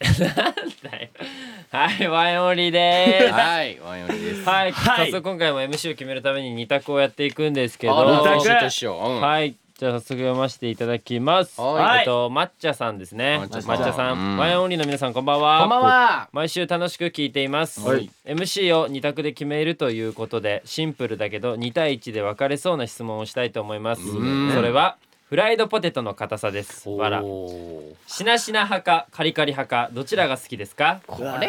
なんだよはいワイオリではい、ワンオリです。すはい、はい早速今回も MC を決めるために二択をやっていくんですけどあ二択どうしたでしょう。うんはいじゃあ早速読ませていただきますはいえっと抹茶さんですね抹茶抹さん茶さんうんワイオンリーの皆さんこんばんはこんばんは。毎週楽しく聞いています、はい MC を2択で決めるということでシンプルだけど2対1で分かれそうな質問をしたいと思いますうんそれはフライドポテトの硬さですわらしなしな派かカリカリ派かどちらが好きですかこれは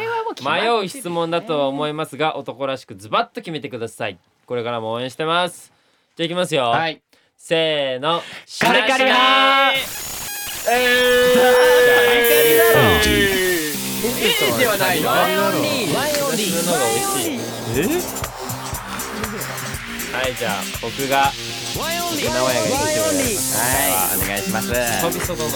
迷う質問だとは思いますが男らしくズバッと決めてくださいこれからも応援してますじゃあいきますよ、はい。せーのカリカリ派しなしなではないよ。ワイオリーのが美味しいはいじゃあ僕が名古屋がいいはい、お願いします。飛びそどの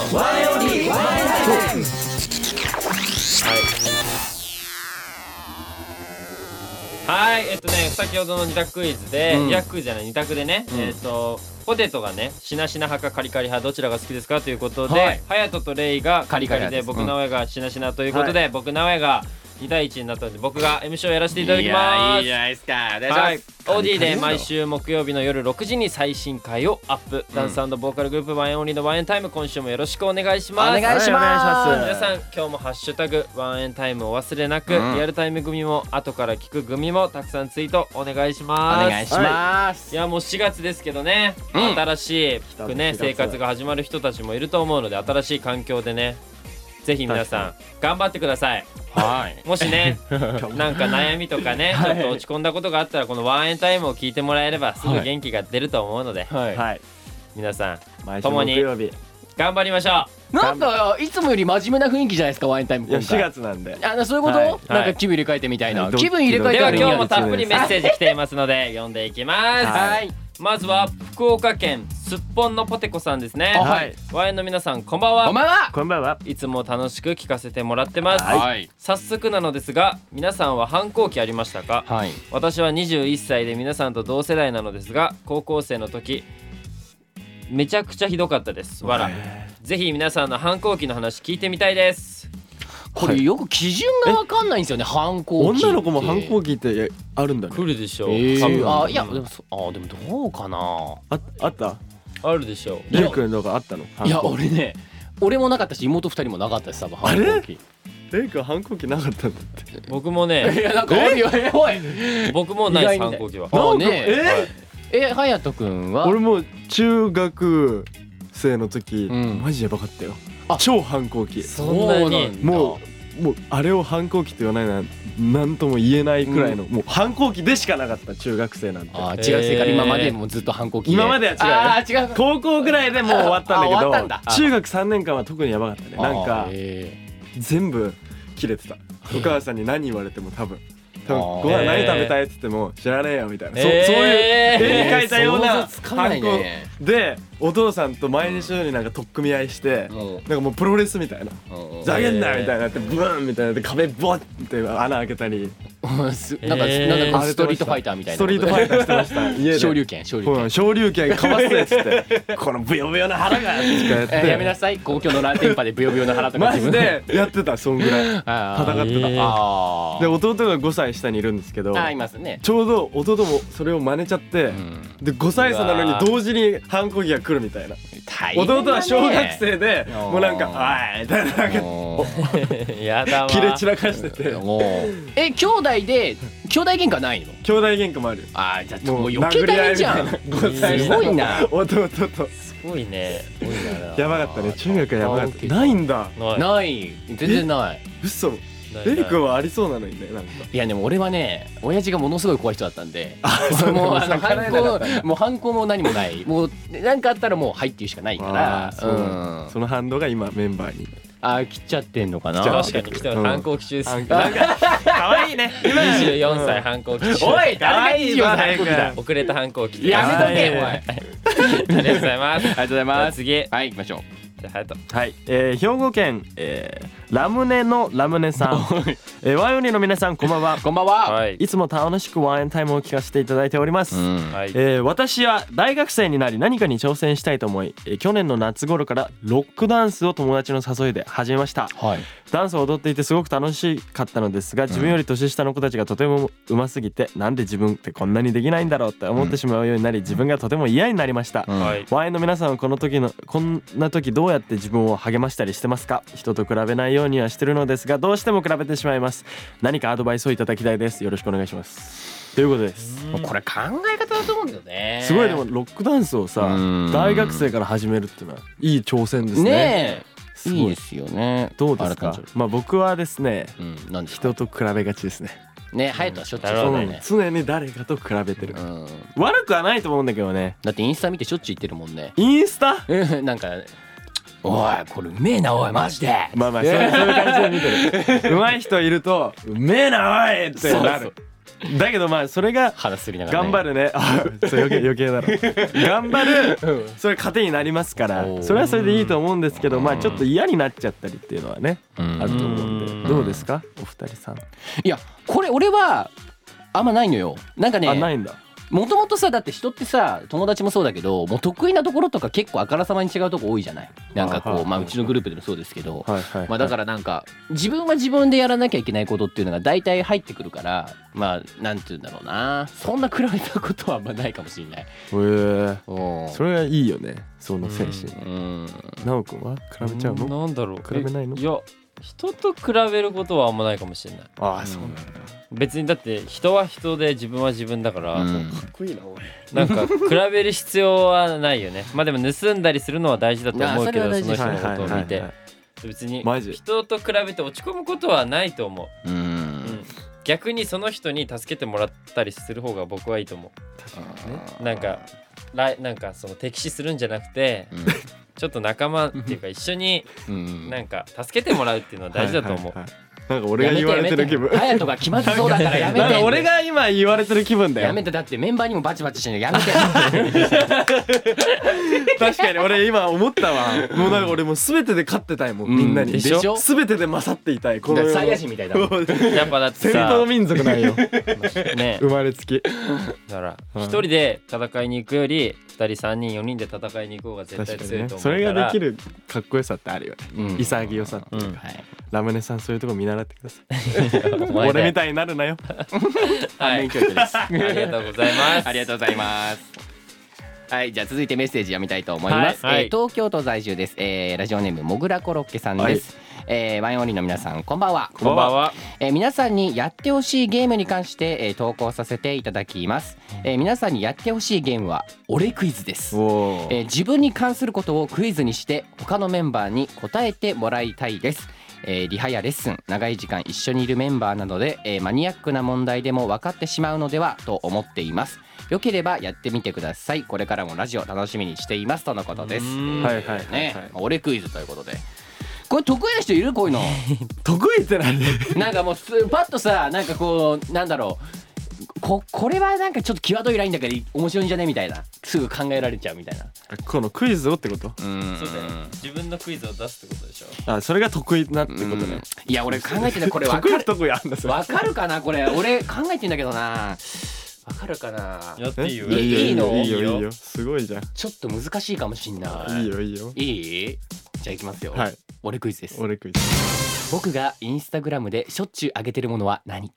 はい、えっとね、先ほどの二択クイズで、うんヤックじゃない、二択でね、えっと。ポテトがね、しなしな派かカリカリ派、どちらが好きですかということはでい、ハヤトとレイがカリカリで、カリカリ派です僕うん直江がしなしなということで、僕直江が。2対1になったので僕が MC をやらせていただきやまいいすじゃないですか。お願いしますはい、オーディで毎週木曜日の夜6時に最新回をアップ、ダンスボーカルグループワンエンオンリーのワンエンタイム今週もよろしくお願いしますお願いします皆さん今日もハッシュタグワンエンタイムお忘れなく、うんリアルタイム組も後から聞く組もたくさんツイートお願いしますお願いします。いやもう4月ですけどね、うん新しくね来た生活が始まる人たちもいると思うので新しい環境でねぜひ皆さん頑張ってくださいはい。もしねなんか悩みとかねちょっと落ち込んだことがあったらこのワンエンタイムを聞いてもらえればすぐ元気が出ると思うので、ははい皆さん毎週共木に曜日頑張りましょい。なんかいつもより真面目な雰囲気じゃないですか、ワインタイムいや今回。4月なんであのそういうこと、はいなんはかい気分入れ替えてみたいな、はい気分入れ替うえでてはみたい今な日もたっぷりメッセージ来ていますので読んでいきます、はいまずは福岡県すっぽんのポテコさんですねあはいワインの皆さんこんばんはお前は、こんばんはいつも楽しく聞かせてもらってます、はい早速なのですが皆さんは反抗期ありましたかはい私は21歳で皆さんと同世代なのですが高校生の時めちゃくちゃひどかったですわらぜひ皆さんの反抗期の話聞いてみたいですこれよく基準がわかんないんですよね反抗期女の子も反抗期期ってあるんだねるでしょえー、ああいいややでもそあでもどうかなああったあるでしょゆうくんのがあったの反抗いや俺ね俺もなかったし妹二人もなかったです多分あれ反抗期レイくん反抗期なかったんだって僕もいねやなんかあるよえおい僕もないです意外に反ね抗期はあねなんかえ隼人君は俺も中学生の時、うんマジやばかったよあ超反抗期そんなうなにんだもうもうあれを反抗期と言わないなんなんとも言えないくらいの、もう反抗期でしかなかった中学生なんてあー中学生からえー今までもずっと反抗期今までは違うよあー違う高校ぐらいでもう終わったんだけあ終わどったんだあ中学3年間は特にやばかったねなんあかーえ全部切れてたお母さんに何言われても多分多分あーご飯何食べたいって言っても知らねえよみたいな、そえーそういうー絵に描いたよう想な像つかな反い抗ねでお父さんと毎日のようになんか取っ組み合いして、もうなんかもうプロレスみたいな「うんざけんな!」みたいになってブーンみたいになって壁ボッって穴開けたりうんすなんかえーなんかこうストリートファイターみたいなストリートファイターしてました家で昇竜拳昇竜ほ拳ら昇竜拳かませっつってこのブヨブヨの腹がとかやって、えーやめなさい公共のランテンパでブヨブヨの腹とかマジでやってたそ んぐらいあ戦ってた、えーあーで弟が5歳下にいるんですけどあーいますねちょうど弟もそれを真似ちゃって、んで5歳差なのに同時に反抗期が来るみたいな、大変だね弟は小学生であーもうなんか「あい」みたいななんかもう やだわ切れ散らかしててもうえ兄弟で兄弟喧嘩ないの兄弟喧嘩もあるよあーじゃあももうう余計大変じゃん殴り合いみたいな5歳す下ごいなの弟とすごいね多いな やばかったね中学はやばかっあたーないんだないない全然ない嘘ないレイ君はありそうなのにねなんかいやでも俺はね親父がものすごい怖い人だったん でもうあの逆ら反えなかったん抗もう反抗も何もないもう何かあったらもう「はい」っていうしかないからあーそうなんうんだその反動が今メンバーにあー切っちゃってんのかな切っちゃう確かに来てますうん反抗期中です反抗可愛いね24歳反抗期中おい可誰愛がいいよわ反抗期だ早遅れた反抗期やめとけおいありがとうございますありがとうございじゃあます次はい行きましょうじゃあ、はやと。はい、えー兵庫県、えーラムネのラムネ さん、えーワイオニーの皆さんこんばんは こんばんは。はいいつも楽しくワインタイムを聞かせていただいております、うん。はい。えー私は大学生になり何かに挑戦したいと思い、えー去年の夏頃からロックダンスを友達の誘いで始めましたはい。ダンスを踊っていてすごく楽しかったのですが自分より年下の子たちがとてもうますぎてなんで自分ってこんなにできないんだろうって思ってしまうようになり自分がとても嫌になりました、うんはい。ワインの皆さんはこの時のこんな時どうやって自分を励ましたりしてますか人と比べないようにはしてるのですがどうしても比べてしまいます何かアドバイスをいただきたいですよろしくお願いしますということですもうこれ考え方だと思うんだよね。すごいでもロックダンスをさうん大学生から始めるっていうのはいい挑戦ですねねえ。すいいごいですよね。どうですあかれ感じまあ僕はですねるうん。なんですか人と比べがちですねね、ハヤトはしょっちゅなうるそほうどだねよね。常に誰かと比べてるうん。悪くはないと思うんだけどねだってインスタ見てしょっちゅう言ってるもんね。 インスタうんなんか。おい、これうめえな、おい、マジで。まあまあそうそういう感じで見てる上手い人いると「うめえなおい!」ってなるだけどまあそれが話すりながら、頑張る。るねあ そう余計余計だろ頑張るそれ糧になりますからおーそれはそれでいいと思うんですけどまあちょっと嫌になっちゃったりっていうのはねうんあると思うんうんでどうですかお二人さんいや、これ俺は。あんまないのよ。なんかね。あないんだもともとさだって人ってさ友達もそうだけどもう得意なところとか結構あからさまに違うとこ多いじゃないなんかあはこいうまあうちのグループでもそうですけど、はいはいまあ、だからなんか自分は自分でやらなきゃいけないことっていうのが大体入ってくるからまあなんて言うんだろうなそんな比べたことはあんまないかもしれない。へえうんそれはいいよねその精神うん奈く君は比べちゃううんのなんだろう。比べないのえいや、人と比べることはあんまないかもしれない。ああそうなんだ別にだって人は人で自分は自分だから、うんっこいいな俺なんか比べる必要はないよね。まあでも盗んだりするのは大事だと思うけいやそれはど、大その事です人のことを見て。別にマジ人と比べて落ち込むことはないと思うう、ん逆にその人に助けてもらったりする方が僕はいいと思うなんか来なんかその敵視するんじゃなくてちょっと仲間っていうか一緒にうんなんか助けてもらうっていうのは大事だと思う、はいはいはいなんか俺が言われてる気分やめてやめて隼人が気まずそうだからや めなんかて俺が今言われてる気分だやよめてだってメンバーにもバチバチしてるのやめて確かに俺今思ったわ もうなんか俺もう全てで勝ってたいもんみんなにでしょ全てで勝っていたいこの世のサイヤ人みたいだもんやっぱだって戦さ闘民族なんよね生まれつきだからうん一人で戦いに行くより二人三人四人で戦いに行こうが絶確対かに強いねと思うそれかがらできるかっこよさってあるよねうん潔さっていうかはいラムネさんそういうとこ見習ってくださいお前だ俺よみたいになる なよはい教育です。あありがとうござい ますりがとうございます。はい、じゃあ続いてメッセージ読みたいと思います。はいはいえー東京都在住です、えーラジオネームもぐらコロッケさんです。えーワインオンリーの皆さん、こんばんは。こんばんはえー皆さんにやってほしいゲームに関して、えー投稿させていただきます、えー皆さんにやってほしいゲームは俺クイズです。おえー自分に関することをクイズにして他のメンバーに答えてもらいたいです、えーリハやレッスン長い時間一緒にいるメンバーなどで、えーマニアックな問題でも分かってしまうのではと思っていますよければやってみてくださいこれからもラジオ楽しみにしていますとのことですうーんはいはいはいねはいまあ俺クイズということでこれ得意な人いるこう いうの得意って何 なんかもうすパッとさなんかこうなんだろうここれはなんかちょっと際どいラインだから面白いんじゃねみたいなすぐ考えられちゃうみたいなこのクイズをってことうんそうだよ自分のクイズを出すってことでしょあそれが得意なってことねいや俺考えてんだこれ分得意か不る得意あんだそれ分かるかなこれ俺考えてんだけどな分かるかなやっていいよえいいいいのいいよいいよいいよすごいじゃんちょっと難しいかもしんないいいよいいよいいじゃあいきますよ、はい俺クイズです俺クイズ僕がインスタグラムでしょっちゅう上げてるものは何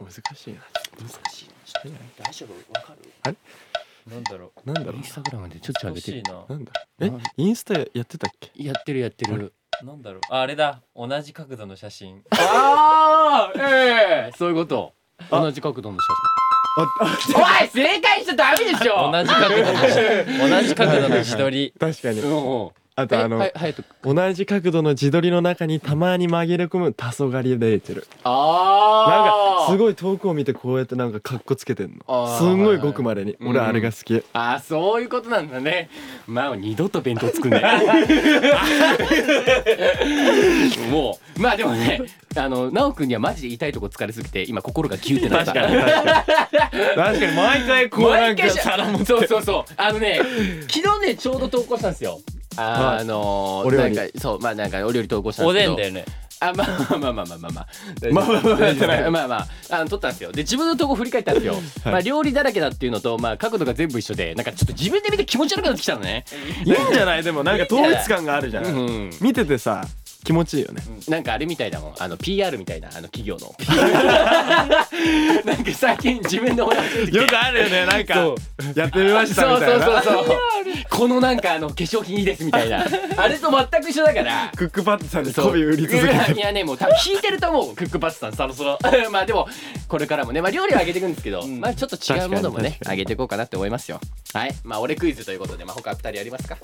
難しいな難しい大丈夫分かるなんだろうなんだろインスタグラムでしょっちゅう上欲げてしいるなうなんだえインスタやってたっけやってるやってるなんだろうああれだ同じ角度の写真ああええそういうこと同じ角度の写ああ真おい正解しちゃダメでし同ょじ角度の写 真同じ角度の自撮り確かにうんうんあ とあの、えはい隼人同じ角度の自撮りの中にたまに紛れ込む黄昏で出てるなあんかあすごい遠くを見てこうやってなんかカッコつけてんあのーすんごいごくまでにうん俺あれが好き、あーそういうことなんだねまあ二度と弁当作んない もうまあでもねあの奈くんにはマジで痛いとこ疲れすぎて今心がキューってなった確かに確かに確かに毎回こうな毎んか回し皿持ってそうそうそうあのね昨日ねちょうど投稿したんですよあーあのーお料理なんかそうまあなんかお料理投稿したんおですでけどんだよねあまあまあまあまあまあまあまあまあまあ大丈夫ですまあまああの撮ったんですよで自分のとこ振り返ったんですよ、まあ料理だらけだっていうのとまあ角度が全部一緒でなんかちょっと自分で見て気持ち悪くなってきたのねいいんじゃないでもなんか統一感があるじゃうんん見ててさ気持ちいいよねなんかあれみたいだもんあの PR みたいなあの企業 のなんか最近自分で思い出してきてよくあるよねなんかそやってみましたみたいなそうそうそうそうこのなんかあの化粧品いいですみたいなあれと全く一緒だからクックパッドさんでそう媚び売り続けていやねもう多分引いてると思 うクックパスさんそろそろ まあでもこれからもねまあ料理は上げていくんですけど、んまあちょっと違うものもね確かに確か上にげていこうかなって思いますよはいまあ俺クイズということでまあ他二人やりますか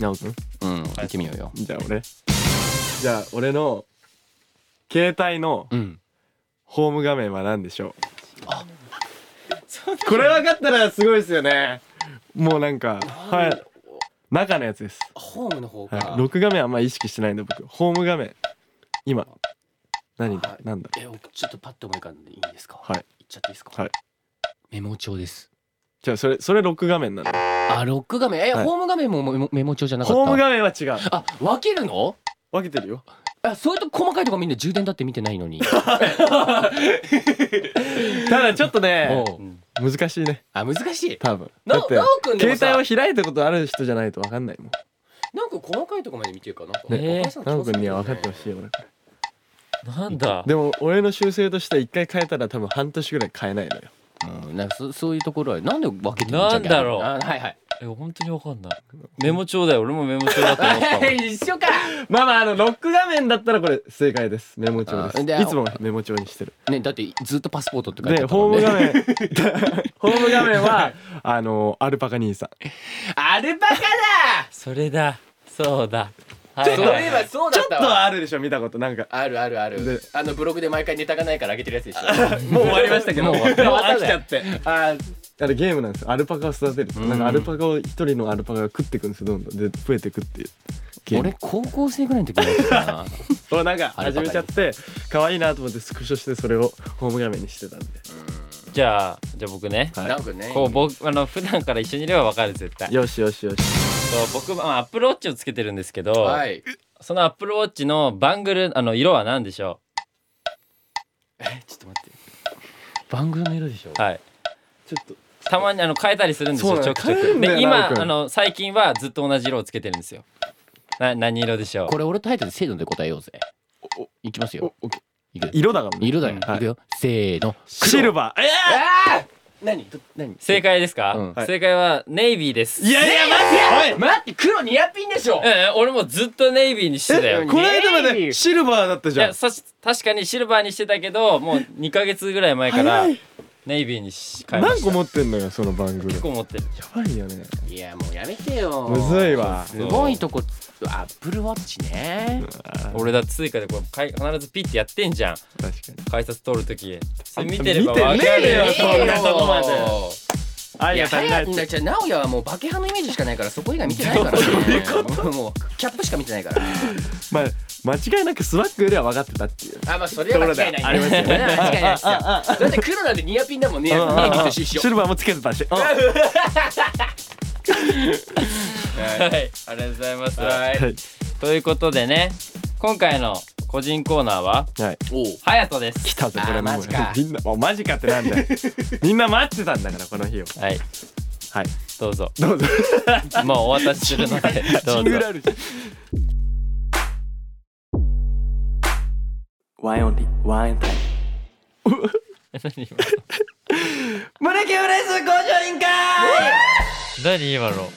直くんうん行ってみようよじゃあ俺じゃあ俺の携帯のうんホーム画面は何でしょうこれ分かったらすごいですよねもうなんかはい中のやつです、ホームの方か、はい、録画面あんま意識してないんで僕ホーム画面今何だなんだえちょっとパッと思い浮かんでいいですかはい言っちゃっていいですかはいメモ帳ですじゃあそれそれ録画面なのあロック画面え、はいホーム画面もメモメモ帳じゃなかったホーム画面は違うあ分けるの分けてるよあそういうとこ細かいとこみんな充電だって見てないの にただちょっとねおう難しいねあ難しい多分なだってなおくんでもさ携帯を開いたことある人じゃないと分かんないもんなんか細かいとこまで見てるからなんか、ねお母さん気なおをつけくんるによはね分かってほしいよ俺なんだでも俺の修正としては一回変えたら多分半年ぐらい変えないのようん、なんかそそういうところはなんで分けてるなんだろうあはいはいえ本当にわかんないメモ帳だよ俺もメモ帳だと思った もん一緒かまあまああのロック画面だったらこれ正解ですメモ帳であすでいつもメモ帳にしてるねだってずっとパスポートって書いてであったもホんームね画面 ホーム画面はあのアルパカ兄さんアルパカだそれだそうだはそういいはえいばそうちだょっったとはわあるでしょ見たことなんかあるあるあでるあのブログで毎回ネタがないから上げてるやつでしょもう終わりましたけど もう終わったもう飽きちゃってあーあれゲームなんですよアルパカを育てるうんなんかアルパカを一人のアルパカが食っていくんですよどんどんで増えていくっていうゲーム俺高校生ぐらいの時にやってた なをなんかアル始パカめちゃって可愛いなと思ってスクショしてそれをホーム画面にしてたんでじゃあじゃあ僕ねはい なおくんねこう僕あの普段から一緒にいればわかる絶対よしよしよしそう僕まあアップルウォッチをつけてるんですけど、はいそのアップルウォッチのバングルあの色は何でしょえちょっと待って番組の色でしょうはいちょっとたまにあの変えたりするんですそうよなのちょくちょ変えるくんだよでな今おくんあの最近はずっと同じ色をつけてるんですよな何色でしょうこれ俺タイトルせーので答えようぜいきますよお OK いく色だからね色だよ、はいいくよせーのシルバーえああ何ど何正解ですか、うんはい正解はネイビーですいやいや待っておい待って黒ニアピンでしょうん俺もずっとネイビーにしてたよえこの間まネイビでーシルバーだったいじゃんやさし確かにシルバーにしてたけどもう2ヶ月ぐらい前から早いネイビーにし変えま何した個持ってんのよその番組結構持ってるやばいよねいやもうやめてよむずいわすごいとこアップルウォッチね俺だって追加でこれかい必ずピッてやってんじゃん確か改札通るときそれ見見ててれればばわわかかるるよよそんなとこまでにあいや早考くえてじゃあ直哉はもうバケハのイメージしかないからそこ以外見てないからね もうキャップしか見てないからまあ間違いなくスワッグよりは分かってたっていうあまあそれは間違いないありますよね間違いないですよだって黒なんてニアピンだもんねネイビーと一緒シルバーもつけてたしうんはいありがとうございますははいいということでね今回の個人コーナーははいおうハヤトで来すたぞこれあーもマジかうみんなもうマジかってなんだよみんな待ってたんだからこの日をはいはいどうぞどうぞもうお渡しするのでどシンうグルぞ あるしワインオンリーワインタイム何今胸キュンレース工場委員 会何今の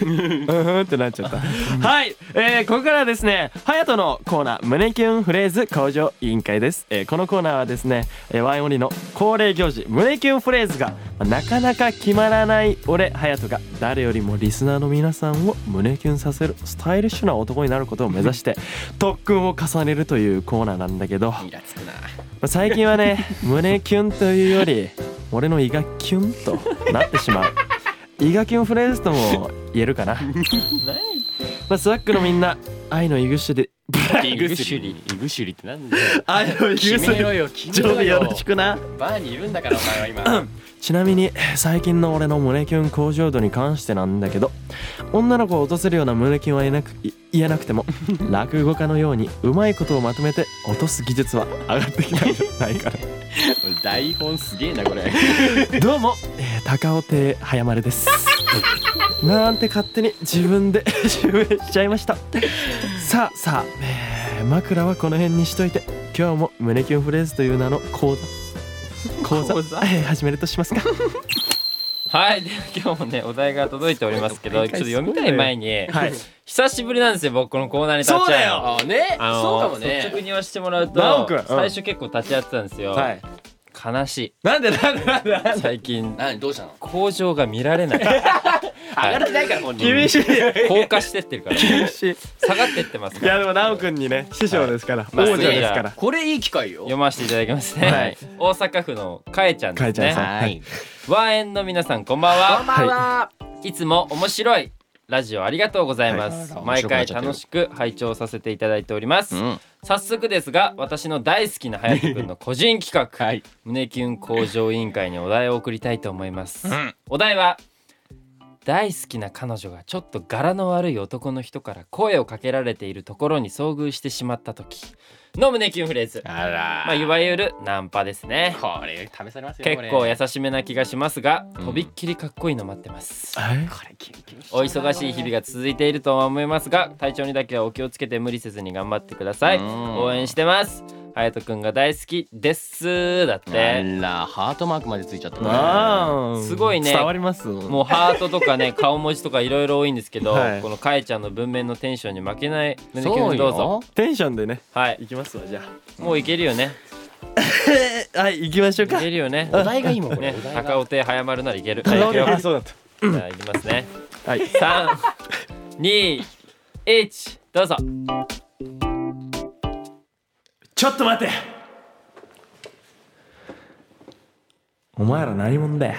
うんふんってなっちゃったはい、えー、ここからはですねハヤトのコーナー胸キュンフレーズ向上委員会です、えー、このコーナーはですね、えー、ワインオリの恒例行事胸キュンフレーズがまあなかなか決まらない俺ハヤトが誰よりもリスナーの皆さんを胸キュンさせるスタイリッシュな男になることを目指して特訓を重ねるというコーナーなんだけど、まイラつくなあ最近はね胸キュンというより俺の胃がキュンとなってしまう胃がキュンフレーズとも言えるかな何まあ、スワックのみんな愛のいぐしでブルイイググシシュュリリイグシュリってなんだよあよ決めろよ決めろよよろしくなバーにいるんだからお前は今ちなみに最近の俺の胸キュン向上度に関してなんだけど女の子を落とせるような胸キュンは言えなくい言えなく ても落語家のようにうまいことをまとめて落とす技術は上がってきたんじゃないか 台本すげえなこれな どうも、えー高尾亭早丸です なんて勝手に自分で 襲名しちゃいましたさあさあ、えー枕はこの辺にしといて今日も胸キュンフレーズという名の講座講座講座えー始めるとし ますかはいでは今日もねお題が届いておりますけどちょっと読みたい前に、はい久しぶりなんですよ僕このコーナーに立ち会うのそうだよあねあのそうかも率直ねに言わせてもらうと、ナオ君うん最初結構立ち会ってたんですよ、はい悲しなんでなんでなんでい最近何どうしたの工場が見られない上がらないから本人厳しい高架してってるから厳しい下がってってますいからやでも奈くんにね師匠ですから、まあ王者ですから、これいい機会よ読ませていただきますね、はい大阪府のかえちゃんですかえちゃんねさんはいワンエンの皆さんこんばんはこんばんはいつも面白いラジオありがとうございます、はい毎回楽しく拝聴させていただいております、うん早速ですが私の大好きな隼人くんの個人企画、 はい胸キュン向上委員会にお題を送りたいと思います、うんお題は大好きな彼女がちょっと柄の悪い男の人から声をかけられているところに遭遇してしまった時の胸キュンフレーズあらまあいわゆるナンパですねこれ試されますよ結構これ優しめな気がしますが、うんとびっきりかっこいいの待ってますはいこれキュンキュンしちゃおうな忙しい日々が続いているとは思いますが体調にだけはお気をつけて無理せずに頑張ってくださいうん応援してますはやとくんが大好きですだっあてらハートマークまでついちゃったねあーすごいね伝わりますもうハートとか ね顔文字とかいろいろ多いんですけど、はいこのかえちゃんの文面のテンションに負けない胸キそュうンどうぞよテンションでねはいいきますわじゃあもういけるよねはい行きましょういかけるよねお題がいいもんこれねお題が高尾亭早まるならいけるはいいけるよあそうだっじゃあいきますねたはい三、二、一、どうぞ。ちょっと待てお前ら何者だよ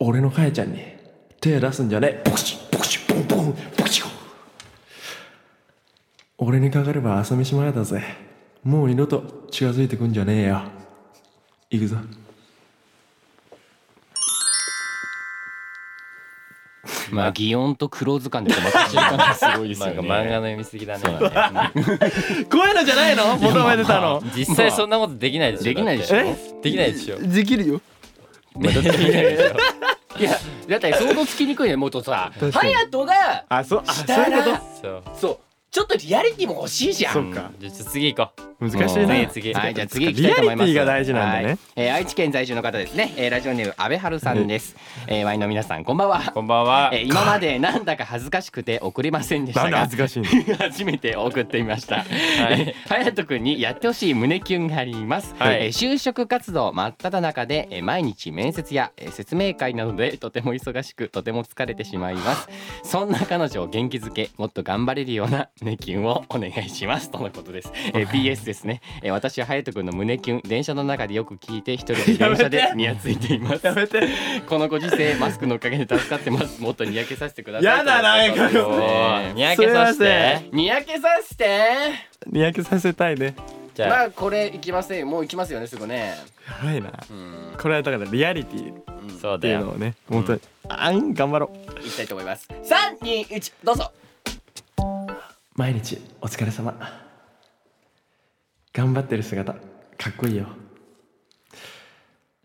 俺のかえちゃんに手出すんじゃねえボクシボクシボンボンボクシ俺にかかれば朝飯前だぜもう二度と近づいてくんじゃねえよ行くぞまあ擬音と黒図鑑で止まった瞬間がすごいですよ漫 画ね漫画の読みすぎだね。こういうのじゃないの求めてたの実際そんなことできないでしょ。できないでしょ。ょえできないでしょ。できるよまあだってできないでしょ。いやだって想像つきにくいねもっとさ確かに隼人があそうあしたらそう。そうちょっとリアリティも欲しいじゃんそうかじゃあちょっと次行こう。難ねもう次はい、じゃあ次行きたいと思います。リアリティが大事なんだねはいえー愛知県在住の方ですね。えーラジオネーム安倍春さんです。えーワインの皆さんこんばんは。こんばんはえ。ー今までなんだか恥ずかしくて送れませんでしなたんでが恥ずかしいの初めて送ってみました。いえー隼人君にやってほしい胸キュンがあります。はいえー就職活動真っ只中で、えー毎日面接や、えー説明会などでとても忙しくとても疲れてしまいます。そんな彼女を元気づけもっと頑張れるような 胸キュンをお願いしますとのことです。えー PS ですね。えー私は隼人君の胸キュン電車の中でよく聞いて一人 で電車でニヤついています。やめて このご時世マスクのおかげで助かってます。もっとにやけさせてください。やだなとのことですこおーにやけさせすいまて。にやけさせて にやけさせたいねじまゃああこれいきませんもういきますよねすぐねやばいなうんこれはだからリアリティっそうてだいうのよ。をね本当にあん頑張ろういきたいと思います三二一どうぞ毎日お疲れ様頑張ってる姿かっこいいよ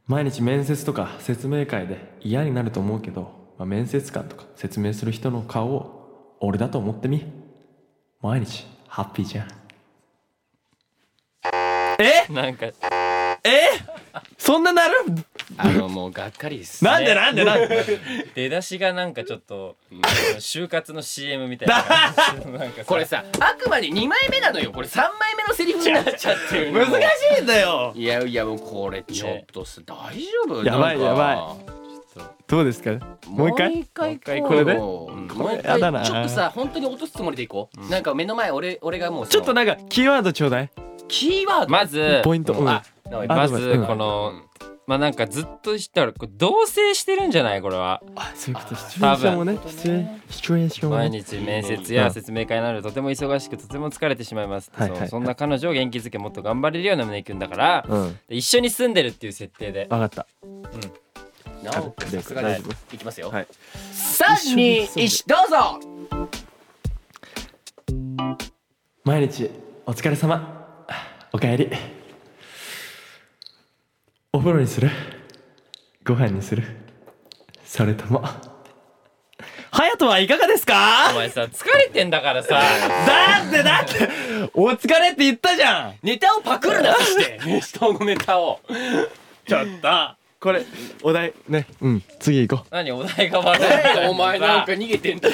毎日面接とか説明会で嫌になると思うけど、まあ、面接官とか説明する人の顔を俺だと思ってみ毎日ハッピーじゃんなんかそんななるあのもうがっかりですなんでなんでなんで出だしがなんかちょっと就活の CM みたいな感じ。なんかこれさ悪魔に二枚目なのよこれ三枚目のセリフになっちゃってる難しいんだよいいやいやもうこれちょっとさ大丈夫やばいなんかやどうですかもう一回もう一回行これでこうよもう一や回だなちょっとさ本当に落とすつもりでいこうなんか目の前俺俺がもうそのちょっとなんかキーワードちょうだいキーワードまずポイント、うんあなんかまあずでもこのうんまあなんかずっとしたらこれ同棲してるんじゃないこれはあそういうことシチュエ多ーション分もねシチュエシチュエーションも毎ね日面接うやん説明会などとても忙しくとても疲れてしまいます、はいはいそうそんな彼女を元気づけもっと頑張れるような胸キュンだから、うん分一緒に住んでるっていう設定でかったなおさすが大で丈夫すいきますよ、はい三二一どうぞ毎日お疲れ様おかえりお風呂にするご飯にするそれとも隼人はいかがですおか前さ疲れてんだから さだってだってお疲れって言ったじゃんネタをパクるなそして 人のネタをちょっとこれお題ねうん次行こ何お題が悪い お前なんか逃げてんだよ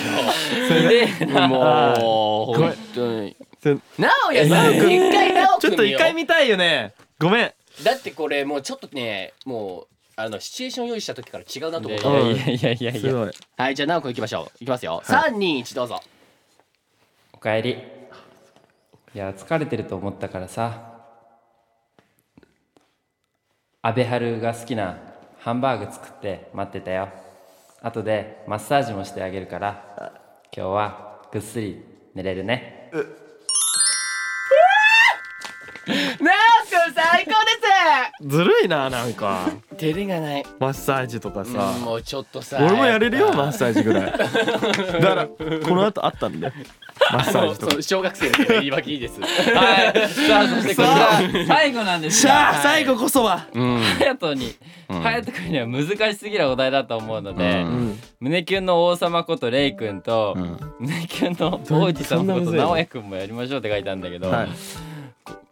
でなもうごめん本当にうなおやさん一回なおちょっと一回見たいよねごめんだってこれもうちょっとねもうあのシチュエーション用意した時から違うなと思いったやいやいやいやいやいやいはいじゃあなおくんいきましょういきますよ三二一どうぞおかえりいや疲れてると思ったからさ安倍春が好きなハンバーグ作って待ってたよ後でマッサージもしてあげるから今日はぐっすり寝れるねなおくん最高でずるいななんかす照れがないマッサージとかさうんもうちょっとさ俺もやれるよっぱマッサージぐらいだからこの後あったんでマッサージとそかう小学生の言い訳いいですはいさあそしてこれが最後なんですが最後こそは隼人に隼人君には難しすぎるお題だと思うので、うん胸キュンの王様ことレイ君と、ん胸キュンの王子そん様なこむとずいの直哉君もやりましょうって書いてあるんだけど、はい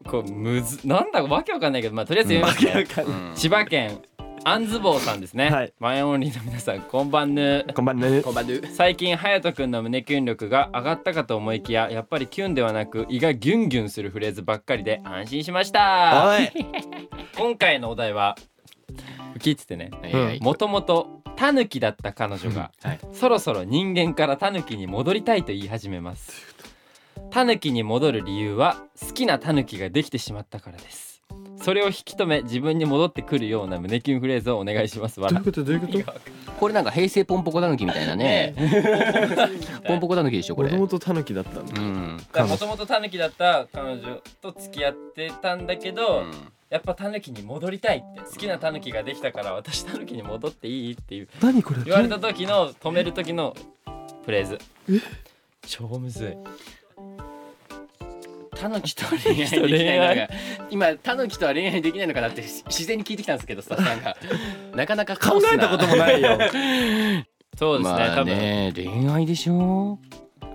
こうむずなんだかわけわかんないけど、まあ、とりあえず読みますね、千葉県あんずぼうさんですね、はいマイオンリーの皆さんこんばんぬこんばんねこんばんぬ最近隼人君の胸キュン力が上がったかと思いきややっぱりキュンではなく胃がギュンギュンするフレーズばっかりで安心しましたおい今回のお題は聞いててねはいはいもともとタヌキだった彼女が、はいそろそろ人間からタヌキに戻りたいと言い始めますタヌキに戻る理由は好きなタヌキができてしまったからですそれを引き止め自分に戻ってくるような胸キュンフレーズをお願いしますわどういらうことどういうことこれなんか平成ポンポコたぬきみたいな ねポンポコたぬきでしょこもれとうもとタヌキだったんだんもともとタヌキだった彼女と付き合ってたんだけど、やっぱタヌキに戻りたいって好きなタヌキができたから私タヌキに戻っていいっていう何これ言われた時の止める時のフレーズ超むずいタヌキと恋愛できないのが今タヌキとは恋愛できないのかなってし自然に聞いてきたんですけどさなんかなかなかカオ考スなえたこともないよそうですね,、まあ多分ね恋愛でしょ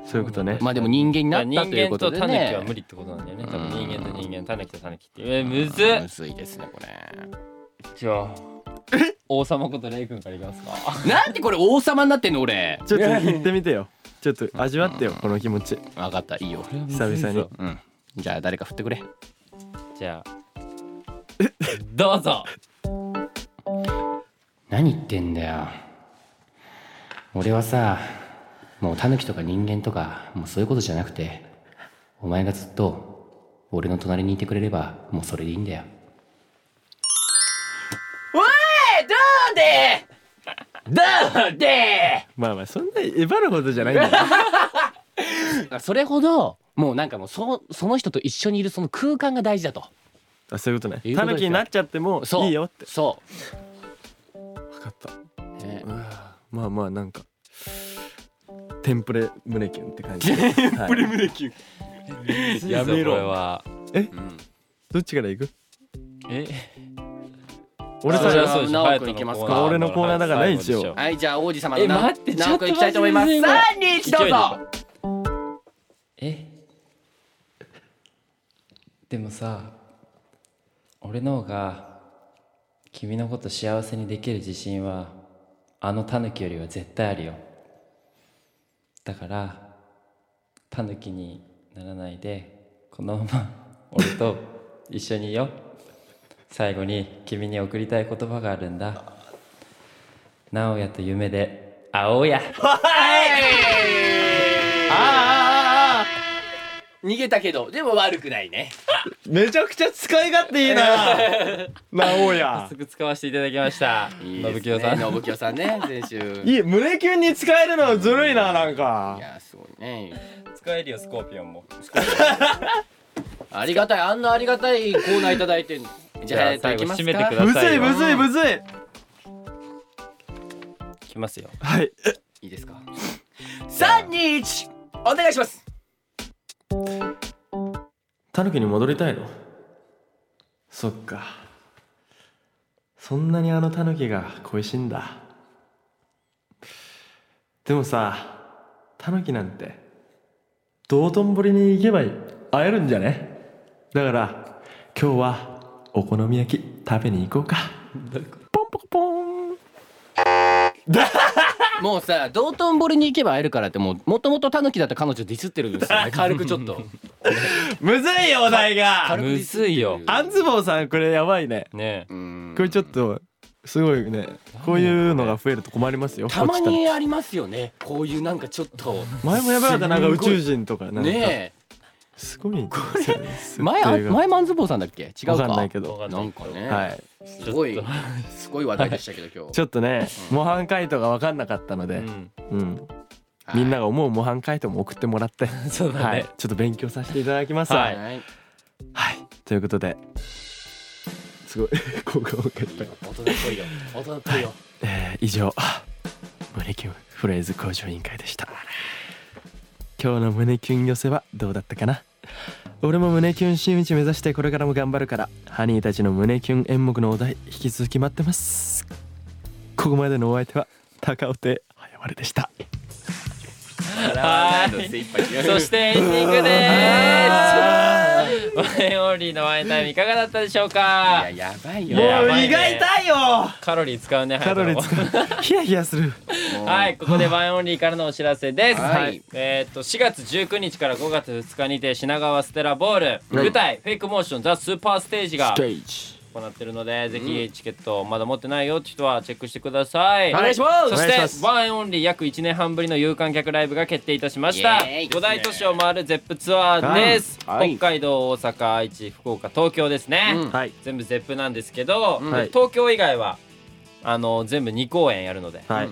そういうことねまあでも人間になっ人たという間こととでタヌキは無ね理ってことなんだよねうん多分人間と人間タヌキとタヌキっていうえーむずむっずいですねこれじゃあ王様ことレイ君からいきますかなんでこれ王様になってんの俺ちょっと行ってみてよちょっと味わってよこの気持ち分かったいいよ久々にうんじゃあ誰か振ってくれじゃあどうぞ何言ってんだよ俺はさもうタヌキとか人間とかもうそういうことじゃなくてお前がずっと俺の隣にいてくれればもうそれでいいんだよおいどうでどうでまあまあそんな威張るほどじゃないんだよそれほどもうなんかもうそその人と一緒にいるその空間が大事だと あそういうことねいうこタとですよヌキになっちゃってもそういいよってそ分かったう、ねうわまあまあなんかテンプレ胸キュンって感じ テンプレ胸キュンやめろこれはうん、どっちから行くえ俺それさは直哉君いけますか俺のコーナーだからね一応はいじゃあ王子様えのな待って直君いきたいと思いますちょっと待っ3て2 1どうぞえでもさ俺の方が君のこと幸せにできる自信はあのタヌキよりは絶対あるよだからタヌキにならないでこのまま俺と一緒にいよ最後に君に送りたい言葉があるんだ直哉と夢で会おうやああああああ逃げたけどでも悪くないねめちゃくちゃ使い勝手いい ななおやすぐ使わせていただきました信清さん信清さんね先週いいい胸キュンに使えるのはずるいななんかやすごいね使えるよスコーピオンもありがたいあんなありがたいコーナーいただいてんのじゃじゃああ最後いただきますか締めてくださいむずいむずいむずいいきますよはいいいですか三二一お願いしますタヌキに戻りたいのそっかそんなにあのタヌキが恋しいんだでもさタヌキなんて道頓堀に行けば会えるんじゃねだから今日はお好み焼き食べに行こうかポンポコポンもうさ道頓堀に行けば会えるからってもうもともとタヌキだった彼女ディスってるんですよね軽くちょっとむずいよお題が軽くデむィスってずるいよあんずぼうさんこれやばいねねえうんこれちょっとすごいねこういうのが増えると困りますよたまこっちからにありますよねこういうなんかちょっと前もやばかったなんか宇宙人とかなんかねすごいこえ前あ前マンズボウさんだっけ違うわかかんないけどわかなんかね、はいすごいちょっすごい話題でしたけど今日ちょっとね模範解答が分かんなかったのうで、んうんはいみんなが思う模範解答も送ってもらって、そうだはねい、ちょっと勉強させていただきますは、はいい、ということですごい 効果を受け大人た、っぽいよ大人っぽいよえー、以上胸キュンフレーズ向上委員会でした今日の胸キュン寄せはどうだったかな俺も胸キュン真打ち目指してこれからも頑張るからハニーたちの胸キュン演目のお題引き続き待ってますここまでのお相手は高尾亭早丸でしたはいそしてエンディングですワインオンリーのワインタイムいかがだったでしょうかいややばいもうよやばいねいよカロリー使うねカロリー使うヒヤヒヤするはい、ここでワインオンリーからのお知らせです。はいはいえーっと4月19日から5月2日にて品川ステラボール、舞台フェイクモーションザスーパーステージがテージ行ってるので、ぜひチケットまだ持ってないよって人はチェックしてください。お願いしますそお願いしましすてワインオンリー約1年半ぶりの有観客ライブが決定いたしました。イエーイ5大都市を回るゼップツアーです。はい北海道、大阪、愛知、福岡、東京ですね。うんはい全部ゼップなんですけど、うんはい東京以外はあの全部2公演やるので。はい、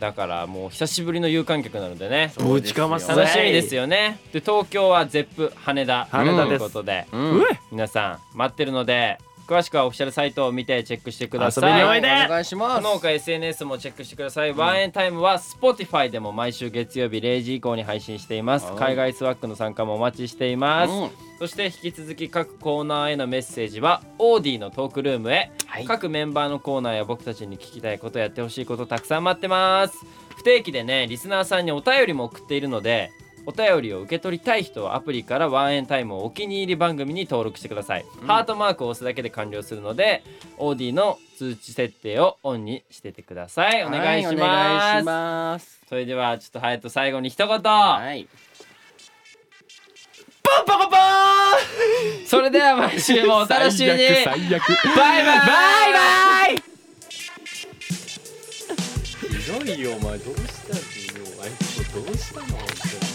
だからもう久しぶりの有観客なのでねぶちかますそう楽ですしみですよねで東京はゼップ羽田羽田とでいすうことでううんえ皆さん待ってるので詳しくはオフィシャルサイトを見てチェックしてくださ遊びいにおいでお願いしまそすの他 SNS もチェックしてください、ワンエンタイムは Spotify でも毎週月曜日0時以降に配信していますはい海外スワックの参加もお待ちしています、うんそして引き続き各コーナーへのメッセージはオーディのトークルームへ、はい各メンバーのコーナーや僕たちに聞きたいことやってほしいことたくさん待ってます不定期でねリスナーさんにお便りも送っているのでお便りを受け取りたい人はアプリからワンエンタイムをお気に入り番組に登録してください、ハートマークを押すだけで完了するのでオーディの通知設定をオンにしててくださいお願いします,、はお願いしますそれではちょっとハヤト最後に一言、はいパンパカパそれでは毎週もおーン楽しみに最悪最悪バイバイバイひどいよお前どうしたのよあいつどうしたの